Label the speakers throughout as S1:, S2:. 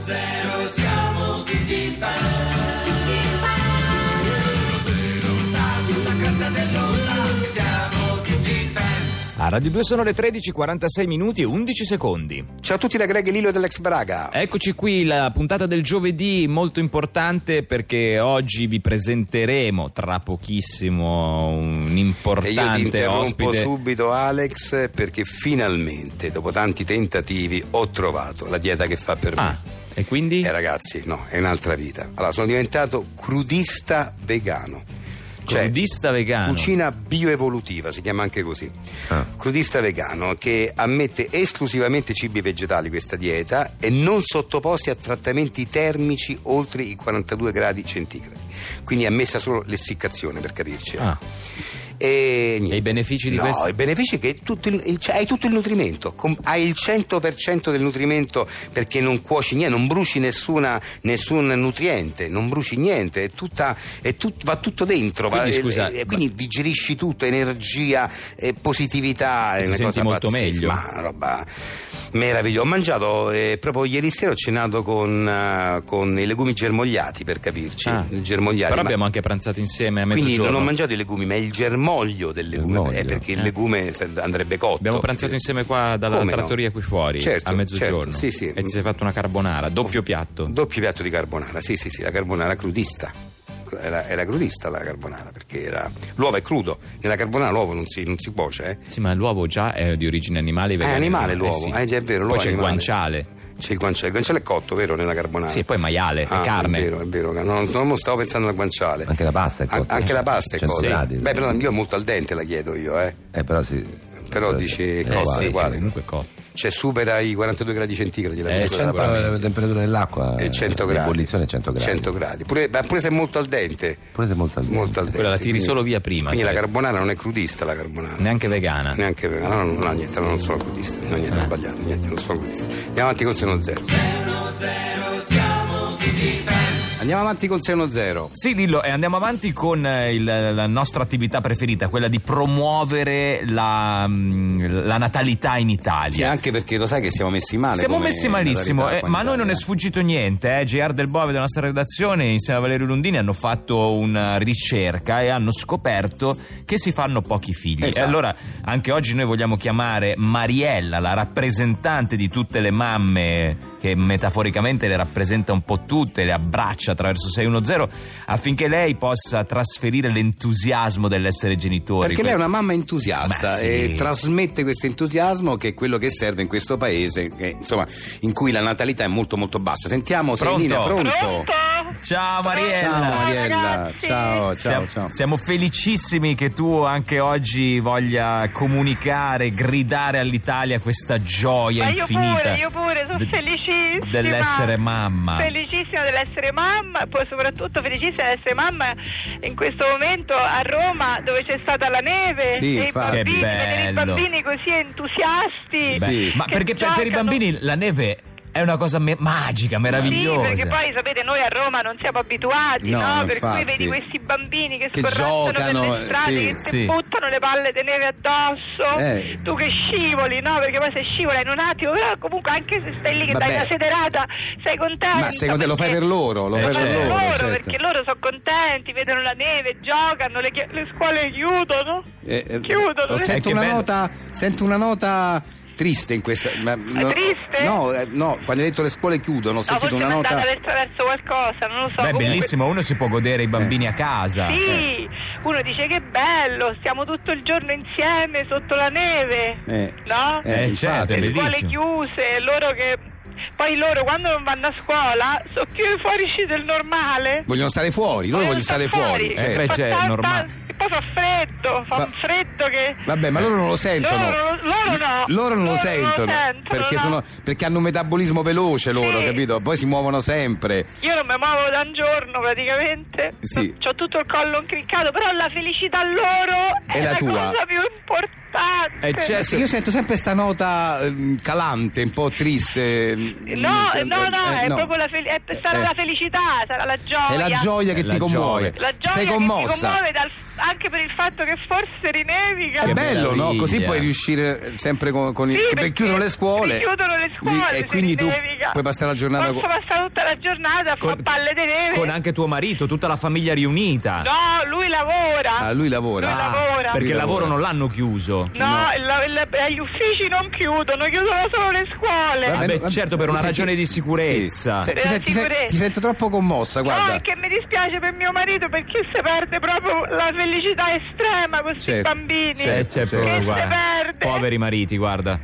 S1: zero siamo tutti fan. Vero, sulla cresta dell'onda siamo tutti fan.
S2: A Radio 2 sono le 13.46 minuti e 11 secondi.
S3: Ciao a tutti da Greg Lillo e dell'ex Braga.
S2: Eccoci qui, la puntata del giovedì molto importante perché oggi vi presenteremo tra pochissimo un
S3: E io ti
S2: importante
S3: interrompo
S2: ospite.
S3: subito Alex perché finalmente dopo tanti tentativi ho trovato la dieta che fa per
S2: Ah,
S3: me.
S2: e quindi?
S3: Eh ragazzi, no, è un'altra vita. Allora, sono diventato crudista vegano.
S2: Crudista vegano.
S3: cioè, Cucina bioevolutiva, si chiama anche così.
S2: Ah.
S3: Crudista vegano che ammette esclusivamente cibi vegetali questa dieta e non sottoposti a trattamenti termici oltre i 42 gradi centigradi. Quindi è ammessa solo l'essiccazione per capirci. eh.
S2: Ah,
S3: E, niente.
S2: E i benefici di
S3: No,
S2: questo?
S3: i benefici è che tutto il- il- cioè, hai tutto il nutrimento, com- hai il 100% del nutrimento perché non cuoci niente, non bruci nessuna- nessun nutriente, non bruci niente, è tutta- è tut- va tutto dentro. va-
S2: Quindi,
S3: e-
S2: scusa,
S3: e- e quindi digerisci tutto, energia, e positività. È
S2: Ti
S3: una
S2: senti
S3: cosa
S2: molto
S3: pazzesca,
S2: meglio?
S3: ma una roba meravigliosa. Ho mangiato eh, proprio ieri sera, ho cenato con, eh, con i legumi germogliati per capirci.
S2: ah.
S3: germogliati,
S2: Però
S3: ma-
S2: abbiamo anche pranzato insieme a
S3: quindi
S2: mezzogiorno.
S3: non ho mangiato i legumi, ma il germoglio del legume,
S2: Germoglio,
S3: eh, perché il
S2: eh.
S3: legume andrebbe cotto.
S2: Abbiamo pranzato insieme qua dalla
S3: Come no?
S2: trattoria qui fuori
S3: Certo,
S2: a mezzogiorno
S3: certo, sì, sì.
S2: e ti sei fatto una carbonara, doppio piatto.
S3: Doppio piatto di carbonara, sì, sì, sì, la carbonara crudista. Era, era crudista la carbonara, perché era... l'uovo è crudo, nella carbonara l'uovo non si, non si cuoce, eh.
S2: sì, ma l'uovo già è di origine animale. i
S3: È
S2: vegani-
S3: animale
S2: eh
S3: l'uovo,
S2: sì.
S3: eh, già è vero. l'uovo
S2: Poi
S3: è
S2: c'è il
S3: animale.
S2: guanciale.
S3: C'è il guanciale, il guanciale è cotto, vero, nella carbonara?
S2: Sì, poi il maiale, è
S3: Ah,
S2: carne.
S3: È vero, è vero, no, non, non stavo pensando al guanciale.
S4: Anche la pasta è
S3: An-
S4: cotta.
S3: anche la pasta è
S2: Cioè,
S4: 100
S3: cotta.
S4: gradi.
S3: Beh, però io molto al dente la chiedo io, eh.
S4: Eh, però sì.
S3: Però dici,
S4: Eh,
S3: costa
S4: guarda.
S2: sì,
S3: uguale.
S2: comunque cotto.
S3: Cioè supera i 42 gradi centigradi la
S2: Eh,
S3: temperatura
S2: sempre-
S3: della
S4: Però
S3: paramenta.
S4: la temperatura dell'acqua
S3: E 100 Eh, gradi.
S4: Eh, L'ebollizione è 100 gradi.
S3: 100 gradi. Pure, ma pure se è molto al dente.
S4: Pure se è molto al dente.
S3: Molto al dente.
S2: Quella la tiri
S3: quindi-
S2: solo via prima,
S3: Quindi la
S2: questa.
S3: carbonara non è crudista la carbonara.
S2: Neanche vegana.
S3: Neanche vero. No, no, no, niente, non sono crudista. No, niente, ho sbagliato, niente, non sono crudista. Andiamo avanti con 6 0 Andiamo avanti con 6 0
S5: Sì, Lillo, e andiamo avanti con eh, il- la nostra attività preferita, quella di promuovere la, mm, la natalità in
S3: Sì,
S5: Italia.
S3: anche perché lo sai che siamo messi male.
S5: Siamo
S3: Ah, come
S5: messi malissimo,
S3: natalità
S5: eh,
S3: qua in
S5: ma a noi non è
S3: Italia.
S5: sfuggito niente. Eh. GR Del Bove della nostra redazione, insieme a Valerio Lundini, hanno fatto una ricerca e hanno scoperto che si fanno pochi figli.
S3: Esatto.
S5: E allora anche oggi noi vogliamo chiamare Mariella, la rappresentante di tutte le mamme, che metaforicamente le rappresenta un po' tutte, le abbraccia attraverso 610, affinché lei possa trasferire l'entusiasmo dell'essere genitori.
S3: Perché lei è una mamma entusiasta
S5: Ma sì.
S3: e trasmette questo entusiasmo che è quello che serve in questo paese, che, insomma, in cui la natalità è molto molto bassa. Sentiamo
S5: Pronto?
S3: Selina, pronto?
S6: Pronto?
S5: Ciao Mariella!
S3: Ciao Mariella,
S6: ragazzi.
S3: ciao, ciao,
S5: siamo,
S3: ciao.
S5: siamo felicissimi che tu anche oggi voglia comunicare, gridare all'Italia questa gioia
S6: Ma io
S5: infinita.
S6: pure, io pure, sono
S5: de-
S6: felicissima.
S5: Dell'essere mamma.
S6: Felicissima dell'essere mamma, poi soprattutto felicissima dell'essere mamma in questo momento a Roma dove c'è stata la neve.
S3: Sì,
S6: e i
S3: infatti.
S6: bambini,
S5: Che
S6: vedere i
S5: bello.
S6: bambini così entusiasti.
S5: Beh,
S3: Sì.
S5: Ma
S6: che
S5: perché per, per i
S6: giocano.
S5: bambini la neve è una cosa me- magica, meravigliosa.
S6: Sì, perché poi sapete noi a Roma non siamo abituati,
S3: No,
S6: no? per
S3: infatti.
S6: cui vedi questi bambini che,
S3: Che
S6: scorrazzano
S3: giocano,
S6: per le strade,
S3: sì,
S6: che ti
S5: sì.
S6: buttano le palle di neve addosso,
S3: Eh.
S6: tu che scivoli, no? Perché poi se scivola in un attimo, però comunque anche se stai lì che
S3: Vabbè.
S6: dai una sederata, sei contento.
S3: Ma secondo te lo fai per loro? Lo
S5: Eh,
S3: fai per
S5: certo.
S3: loro? certo.
S6: perché loro sono contenti, vedono la neve, giocano, le, chi- le scuole chiudono.
S3: Eh, eh,
S6: Chiudono.
S3: oh,
S6: eh.
S3: sento,
S5: Eh, che
S3: una
S5: bello.
S3: nota, sento una nota triste in questa. ma- no-
S6: triste?
S3: No, eh, no, quando hai detto le scuole chiudono, ho
S6: No,
S3: sentito
S6: forse
S3: una
S6: è andata
S3: nota.
S6: verso, verso qualcosa, non lo so.
S5: Beh,
S6: comunque-
S5: bellissimo, uno si può godere i bambini a casa.
S6: Sì,
S5: certo.
S6: uno dice che bello, stiamo tutto il giorno insieme sotto la neve,
S3: Eh.
S6: no?
S3: Eh,
S5: Eh, certo,
S3: infatti.
S5: è
S6: Le
S5: bellissimo.
S6: scuole chiuse, loro che... Poi loro quando non vanno a scuola sono più fuorici del normale.
S3: Vogliono stare fuori, loro vogliono stare fuori.
S5: Cioè,
S3: eh.
S5: beh,
S6: Fa
S5: c'è
S6: tan-
S5: normale.
S6: tan- E poi fa freddo, fa
S3: Fa-
S6: un freddo che...
S3: Vabbè, ma loro non lo sentono.
S6: Loro- loro no.
S3: Loro non lo
S6: Loro non lo
S3: sentono.
S6: sentono,
S3: perché,
S6: no.
S3: sono- perché hanno un metabolismo veloce loro,
S6: Sì.
S3: capito? Poi si muovono sempre.
S6: Io non mi muovo da un giorno praticamente.
S3: Sì.
S6: Ho tutto il collo incriccato, però la felicità loro è,
S3: È la
S6: la,
S3: tua.
S6: cosa più importante.
S5: Eh, certo.
S3: Sì, Io sento sempre sta nota ehm, calante, un po' triste.
S6: No,
S3: Mm,
S6: no, no,
S3: eh,
S6: è proprio la fel- è- sarà
S3: Eh.
S6: la felicità, sarà la gioia.
S3: È la gioia che
S5: È la
S3: ti commuove.
S6: La gioia
S3: Sei
S6: che
S3: commossa.
S6: ti commuove dal- anche per il fatto che forse rinevica.
S3: È
S5: Che
S3: bello, no?
S5: meraviglia.
S3: Così puoi riuscire sempre con, con i.
S6: Sì,
S3: che
S6: perché
S3: chiudono le scuole.
S6: chiudono le scuole
S3: Lì- e
S6: se
S3: quindi tu
S6: rinevica.
S3: puoi passare la giornata
S6: Posso
S3: con-
S6: passare stata tutta la giornata a fare palle di neve.
S5: con anche tuo marito, tutta la famiglia riunita.
S6: No, lui lavora.
S3: Ah, lui lavora.
S6: Lui lavora.
S5: Perché
S3: Lui
S5: il lavoro
S3: lavora.
S5: non l'hanno chiuso.
S6: No, il- il- gli uffici non chiudono, chiudono solo le scuole.
S5: Vabbè, certo, per una ragione di sicurezza.
S3: Sì. Se-
S6: Per la
S3: ti, ti-
S6: sicurezza.
S3: ti sento troppo commossa,
S6: No,
S3: guarda.
S6: è che mi dispiace per mio marito perché si perde proprio la felicità estrema con questi
S3: Certo,
S6: bambini.
S3: certo,
S5: c'è
S3: certo.
S5: proprio,
S6: Che si
S5: guarda.
S6: perde.
S5: Poveri mariti, guarda.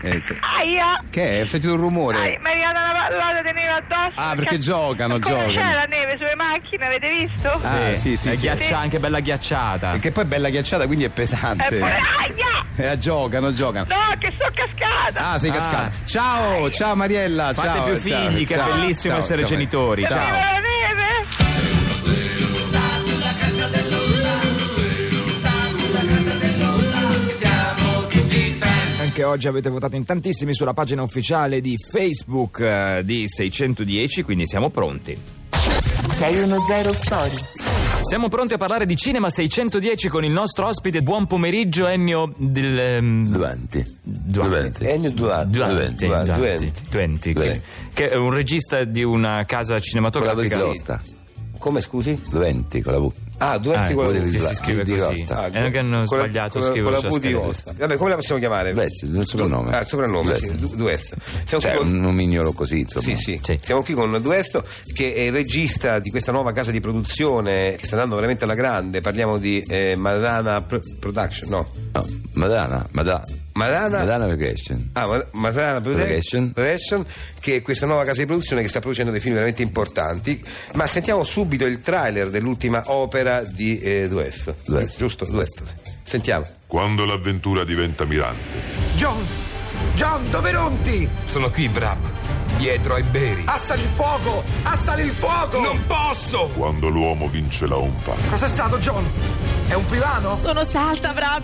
S3: Eh, sì.
S6: Aia.
S3: Che è? Ho sentito un rumore.
S6: Ai, Maria la palla di neve addosso.
S3: Ah, perché giocano,
S6: Ma come
S3: giocano.
S6: C'è la neve sulle macchine, avete visto?
S3: Ah,
S5: Eh,
S3: sì, sì,
S5: è
S3: sì.
S5: ghiaccia- anche bella ghiacciata.
S3: E che poi è bella ghiacciata, quindi è
S6: E poi,
S3: pesante.
S6: aia!
S3: Eh, giocano, giocano.
S6: No, che sto cascata!
S3: Ah, sei
S5: Ah.
S3: cascata. Ciao, ciao Mariella.
S5: Fate
S3: ciao,
S5: più
S3: ciao,
S5: figli, che è
S3: ciao,
S5: bellissimo
S3: ciao,
S5: essere
S3: ciao,
S5: genitori.
S6: Che arriva
S5: Ciao.
S6: la neve!
S2: Anche oggi avete votato in tantissimi sulla pagina ufficiale di Facebook eh, di 610, quindi siamo pronti.
S7: 610 Story.
S5: Siamo pronti a parlare di Cinema 610 con il nostro ospite. Buon pomeriggio, Ennio del. ehm,
S4: Duante.
S5: Duante.
S8: Ennio Duarte.
S5: Duante, Duante, Duante,
S8: Duante.
S5: che- Che è un regista di una casa
S4: Con la
S5: cinematografica.
S4: Rizzosta.
S8: Come scusi?
S4: Duante con la V.
S8: Ah,
S5: Ah,
S8: Duarte con la
S5: che
S8: V.
S5: si
S4: Duante,
S5: scrive
S4: di
S5: così.
S4: Rosta.
S8: Ah,
S5: Eh, non che hanno
S8: con la-
S5: sbagliato
S8: con la-
S5: scriverlo
S8: con la
S5: sulla
S8: V di
S5: scheda.
S8: Rosta. Vabbè, come la possiamo chiamare?
S4: Beh, sì, il soprannome.
S8: Ah, il soprannome,
S4: Beh,
S8: sì,
S4: sì.
S8: Du- Duesto. Siamo
S4: Cioè,
S8: qui con...
S4: un nomignolo così, insomma.
S8: Sì, sì.
S5: Sì.
S8: Siamo qui con Duesto che è il regista di questa nuova casa di produzione che sta andando veramente alla grande. Parliamo di eh, Madana Pr- Production, no?
S4: No, Madana, Madana.
S8: Madana-
S4: Madana Vacation.
S8: Ah, Ma- Madana Produ-
S4: Production.
S8: Production, che è questa nuova casa di produzione che sta producendo dei film veramente importanti. Ma sentiamo subito il trailer dell'ultima opera di eh, Duesto.
S4: Duesto.
S8: Giusto? Duesto. sì. Sentiamo.
S9: Quando l'avventura diventa mirante,
S10: John! John, dove ronti?
S1: Sono qui, Brab, dietro ai beri.
S10: Assali il fuoco! Assali il fuoco!
S1: Non posso!
S9: quando l'uomo vince la ompa,
S10: Cos'è stato, John? È un pilano?
S11: Sono salta, Brab!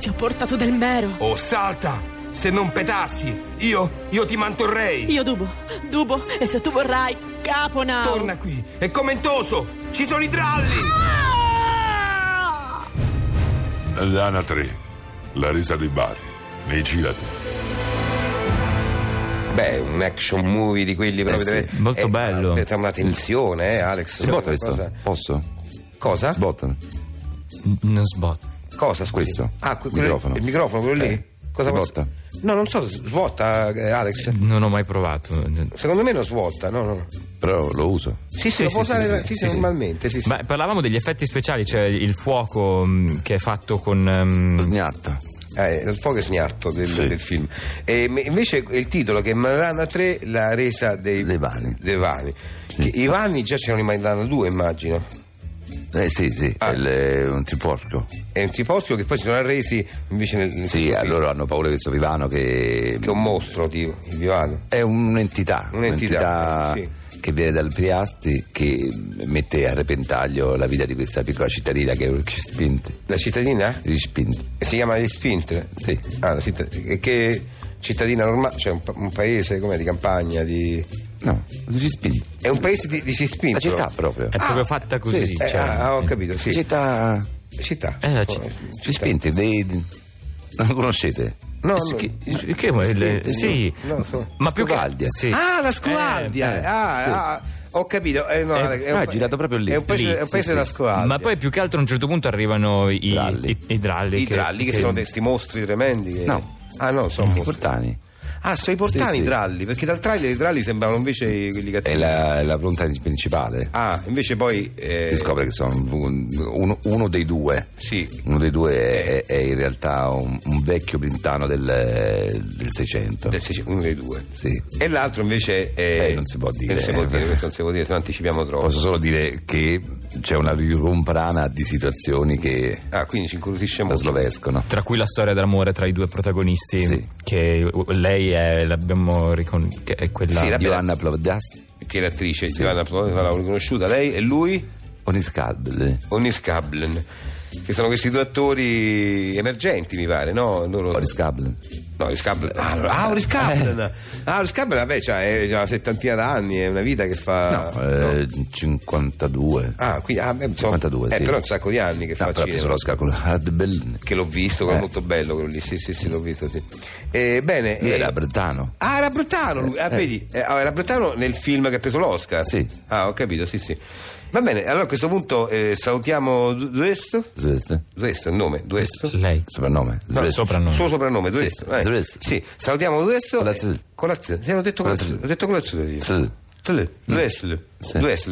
S11: Ti ho portato del mero.
S1: Oh, salta! Se non petassi, io, io ti mantorrei.
S11: Io dubo, dubo, e se tu vorrai, capona!
S1: Torna qui, è commentoso! Ci sono i tralli!
S11: Ah!
S9: Lana 3, la resa dei Bari, nei Girati.
S8: Beh, un action movie di quelli proprio.
S4: sì,
S8: delle-
S5: molto
S8: eh,
S5: bello.
S8: C'è una tensione, eh, Alex.
S4: Sbotta
S8: Una cosa-
S4: questo. Posso?
S8: Cosa?
S4: Sbotta.
S5: N- Non sbotto.
S8: Cosa? scusi?
S4: Questo.
S8: Ah, que- quello-
S4: Microfono.
S8: Il microfono, quello lì.
S4: Eh,
S8: Cosa
S4: si
S8: posso-
S4: botta.
S8: No, non so, svuota, eh, Alex.
S5: Non ho mai provato.
S8: Secondo me non svuota, no, no.
S4: Però lo uso.
S8: Sì, sì,
S5: Sì,
S8: lo
S5: sì,
S8: può
S5: sì,
S8: usare
S5: sì,
S8: sì,
S5: sì,
S8: sì,
S5: sì.
S8: normalmente, sì, sì.
S5: Ma parlavamo degli effetti speciali, cioè il fuoco mh, che è fatto con.
S4: Lo
S5: ehm,
S4: sgnatta.
S8: Eh, il fuoco è sgnatto del, del film. E me- invece il titolo che è Madana 3, la resa dei,
S4: Dei vani.
S8: dei vani. Che I vani già c'erano in Madana 2, immagino.
S4: Eh sì, sì,
S8: Ah.
S4: il- eh, un triporco.
S8: È un tipostico che poi si sono arresi invece nel, nel
S4: Sì,
S8: secondo
S4: eh,
S8: film,
S4: loro hanno paura di questo vivano che
S8: che è un mostro di, di Vivano.
S4: è un'entità,
S8: Un'entità, eh,
S4: che viene dal Priasti che mette a repentaglio la vita di questa piccola cittadina che è Rispinte.
S8: La cittadina?
S4: Rispinte.
S8: Si chiama Gli Spinte?
S4: Sì.
S8: Ah, la città- e che cittadina normale, cioè un, pa- un paese come di campagna, di...
S4: No, Rispinte.
S8: È un paese di, di Sispinto.
S4: La città proprio.
S5: È proprio fatta così.
S8: Sì, eh,
S5: cioè.
S8: ah, ho capito, sì.
S4: La città
S8: Città.
S5: Eh, la ci-
S8: Oh,
S4: Rispinte, dei- non lo conoscete?
S8: No,
S5: Sì,
S8: no.
S5: che- che- le-
S8: sì,
S5: sì,
S8: no, so.
S5: ma più che
S4: Scovaldia.
S5: sì.
S8: Ah, la Scolandia!
S5: Eh, eh,
S8: ah, ah, ho capito. Eh, no,
S5: Eh,
S8: Alex,
S4: ah,
S8: un
S4: è girato proprio lì.
S8: È un paese,
S4: Lì,
S8: è un
S4: sì,
S8: paese
S4: sì.
S8: della Scolandia.
S5: ma poi più che altro a un certo punto arrivano i
S4: Dralli.
S5: i- i dralli.
S8: I dralli che, sono questi mostri tremendi. che-
S4: No.
S8: Ah, no, sono
S4: I
S8: mostri.
S4: portani.
S8: Ah, sono i portani
S4: Sì, sì.
S8: i tralli, perché dal trailer i tralli sembrano invece i- quelli
S4: È
S8: cattivi.
S4: la, la volontà principale.
S8: Ah, invece poi. eh,
S4: Si scopre che sono un- uno, uno dei due.
S8: Sì.
S4: Uno dei due è, è in realtà un, un vecchio brintano del, eh, del 600.
S8: del Sicil- uno dei due.
S4: Sì.
S8: E l'altro invece è.
S4: Eh, non si può dire.
S8: Non si può dire, questo non si può dire, se no anticipiamo troppo.
S4: Posso solo dire che c'è una riromprana di situazioni che
S8: Ah, quindi ci incuriosisce molto.
S4: traslovescono.
S5: Tra cui la storia d'amore tra i due protagonisti.
S4: Sì.
S5: Che uh, lei è, l'abbiamo ricon- che è quella.
S8: Sì, la- Vabbè.
S4: Ioanna Plavdast,
S8: Che è l'attrice, Giovanna Plotino, l'avevo riconosciuta, lei e lui.
S4: Oniscalde,
S8: Onis Kablen, che sono questi due attori emergenti, mi pare, no? Loro...
S4: Oniscalde,
S8: No, Auris Kaplan. Ah, allora,
S4: Eh.
S8: Auris Kaplan. Auris Kaplan, vabbè, cioè, è già una settantina d'anni, è una vita che fa.
S4: Eh, 52.
S8: Ah, qui, ah, beh, insomma,
S4: 52,
S8: eh,
S4: sì.
S8: però un sacco di anni
S4: No,
S8: che fa
S4: però
S8: cinema.
S4: penso lo scalcolo. Hard Bell.
S8: Che l'ho
S4: Eh.
S8: visto, quello molto bello quello lì. Sì, sì, sì, l'ho visto, sì. Eh, bene.
S4: Lui
S8: eh,
S4: era Bretano.
S8: Ah, era Brutano, lui. Ah,
S4: Eh.
S8: vedi, eh, ah, era Brutano nel film che ha preso l'Oscar.
S4: Sì.
S8: Ah, ho capito, sì, sì. Va bene, allora a questo punto eh, salutiamo Du- Duesto.
S4: Zvezda.
S8: Duesto, il nome, Duesto.
S12: Lei.
S4: Soprannome.
S8: No,
S4: Zvezda.
S12: Soprannome.
S8: Suo soprannome, Duesto.
S4: Sì,
S8: eh.
S4: Duesto.
S8: Sì, salutiamo Duesto.
S4: Con la T.
S8: eh, Con la T. Sì, ho detto con la T.
S4: Con la T.
S8: Ho detto con la T. io.
S4: Sì.
S8: T. Duesto.
S4: Sì.
S8: Duesto.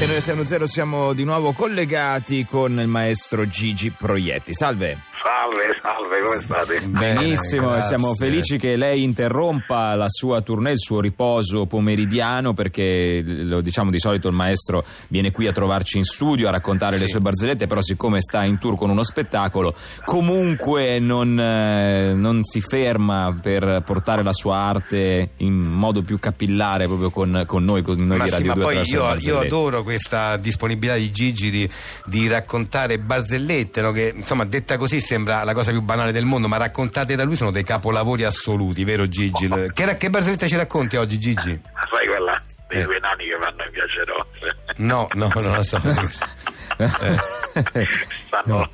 S5: E noi 610 siamo di nuovo collegati con il maestro Gigi Proietti. Salve.
S13: Salve, salve, come state?
S5: Benissimo,
S8: grazie.
S5: siamo felici che lei interrompa la sua tournée, il suo riposo pomeridiano, perché lo diciamo di solito il maestro viene qui a trovarci in studio a raccontare le sue barzellette, però siccome sta in tour con uno spettacolo, comunque non, eh, non si ferma per portare la sua arte in modo più capillare proprio con, con noi, con noi
S14: Ma
S5: di
S14: sì,
S5: Radio
S14: ma
S5: 2
S14: poi
S5: attraverso le
S14: io, io
S5: barzellette.
S14: adoro questa disponibilità di Gigi di, di raccontare barzellette, no? che insomma detta così sembra la cosa più banale del mondo, ma raccontate da lui sono dei capolavori assoluti, vero Gigi? Che, che barzellette ci racconti oggi Gigi?
S13: Sai quella dei
S3: Eh.
S13: due nani che vanno in Piace Rosse?
S14: No, no, non lo so.
S13: Stanno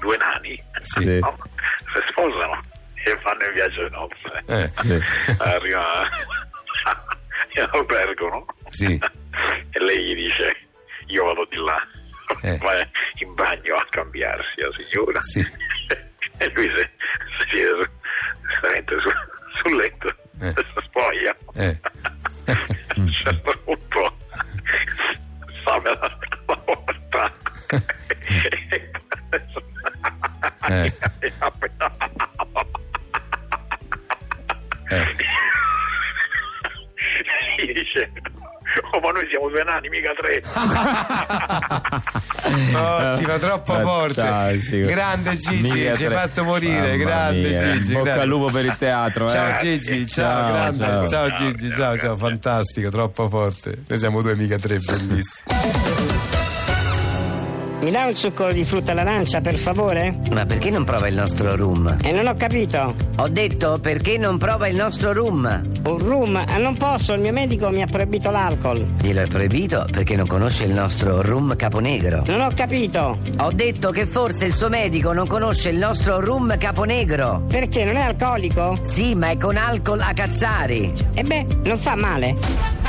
S13: due nani,
S14: Sì.
S13: no? si sposano e vanno in Piace Rosse.
S14: Eh,
S13: Arriva e lo pergono
S14: sì.
S13: e lei gli dice io vado di là,
S14: Eh.
S13: vai in bagno a cambiarsi la signora.
S14: Sì.
S13: E lui si, si siede su- veramente su- sul letto
S14: Eh.
S13: e si spoglia.
S14: Eh.
S13: A un certo punto sale la, la porta e
S14: Eh.
S13: e apre la-
S14: Eh.
S13: gli dice oh ma noi siamo due nani mica tre
S14: Ottimo, Oh, troppo forte.
S5: Fantastico.
S14: Grande Gigi,
S5: Mica
S14: ci hai
S5: tre-
S14: fatto morire.
S5: Mamma
S14: grande
S5: mia.
S14: Gigi.
S5: Bocca
S14: grande.
S5: al lupo per il teatro,
S14: Ciao
S5: eh.
S14: Gigi, ciao,
S5: Ciao,
S14: grande. Ciao,
S5: ciao.
S14: Gigi, ciao, ciao, Ah, cioè, fantastico, troppo forte. Noi siamo due, mica tre, bellissimo.
S11: Mi dà un succo di frutta all'arancia, per favore?
S15: Ma perché non prova il nostro rum?
S11: E non ho capito.
S15: Ho detto perché non prova il nostro rum?
S11: Un rum? Ah, non posso, il mio medico mi ha proibito l'alcol.
S15: Glielo è proibito perché non conosce il nostro rum caponegro.
S11: Non ho capito.
S15: Ho detto che forse il suo medico non conosce il nostro rum caponegro.
S11: Perché non è alcolico?
S15: Sì, ma è con alcol a cazzari.
S11: E beh, non fa male.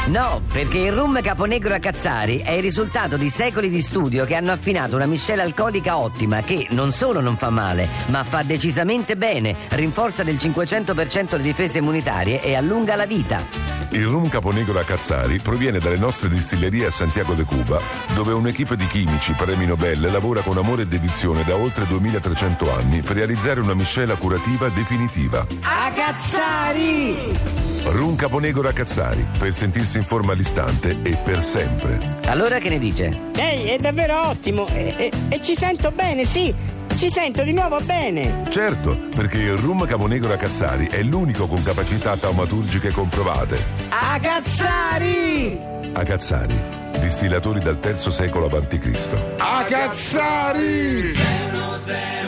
S15: No, perché il rum caponegro a Cazzari è il risultato di secoli di studio che hanno affinato una miscela alcolica ottima che non solo non fa male, ma fa decisamente bene, rinforza del 500% le difese immunitarie e allunga la vita.
S9: Il rum caponegro a Cazzari proviene dalle nostre distillerie a Santiago de Cuba, dove un'equipe di chimici premi Nobel lavora con amore e dedizione da oltre 2300 anni per realizzare una miscela curativa definitiva.
S15: A Cazzari!
S9: Rum caponegro a Cazzari, per sentirsi in forma all'istante e per sempre.
S15: Allora che ne dice?
S11: Ehi, è davvero ottimo. E, e- e ci sento bene, sì. Ci sento di nuovo bene.
S9: Certo, perché il rum caponegro a Cazzari è l'unico con capacità taumaturgiche comprovate.
S15: A Cazzari!
S9: A Cazzari, distillatori dal III secolo a.C.
S16: A cazzari!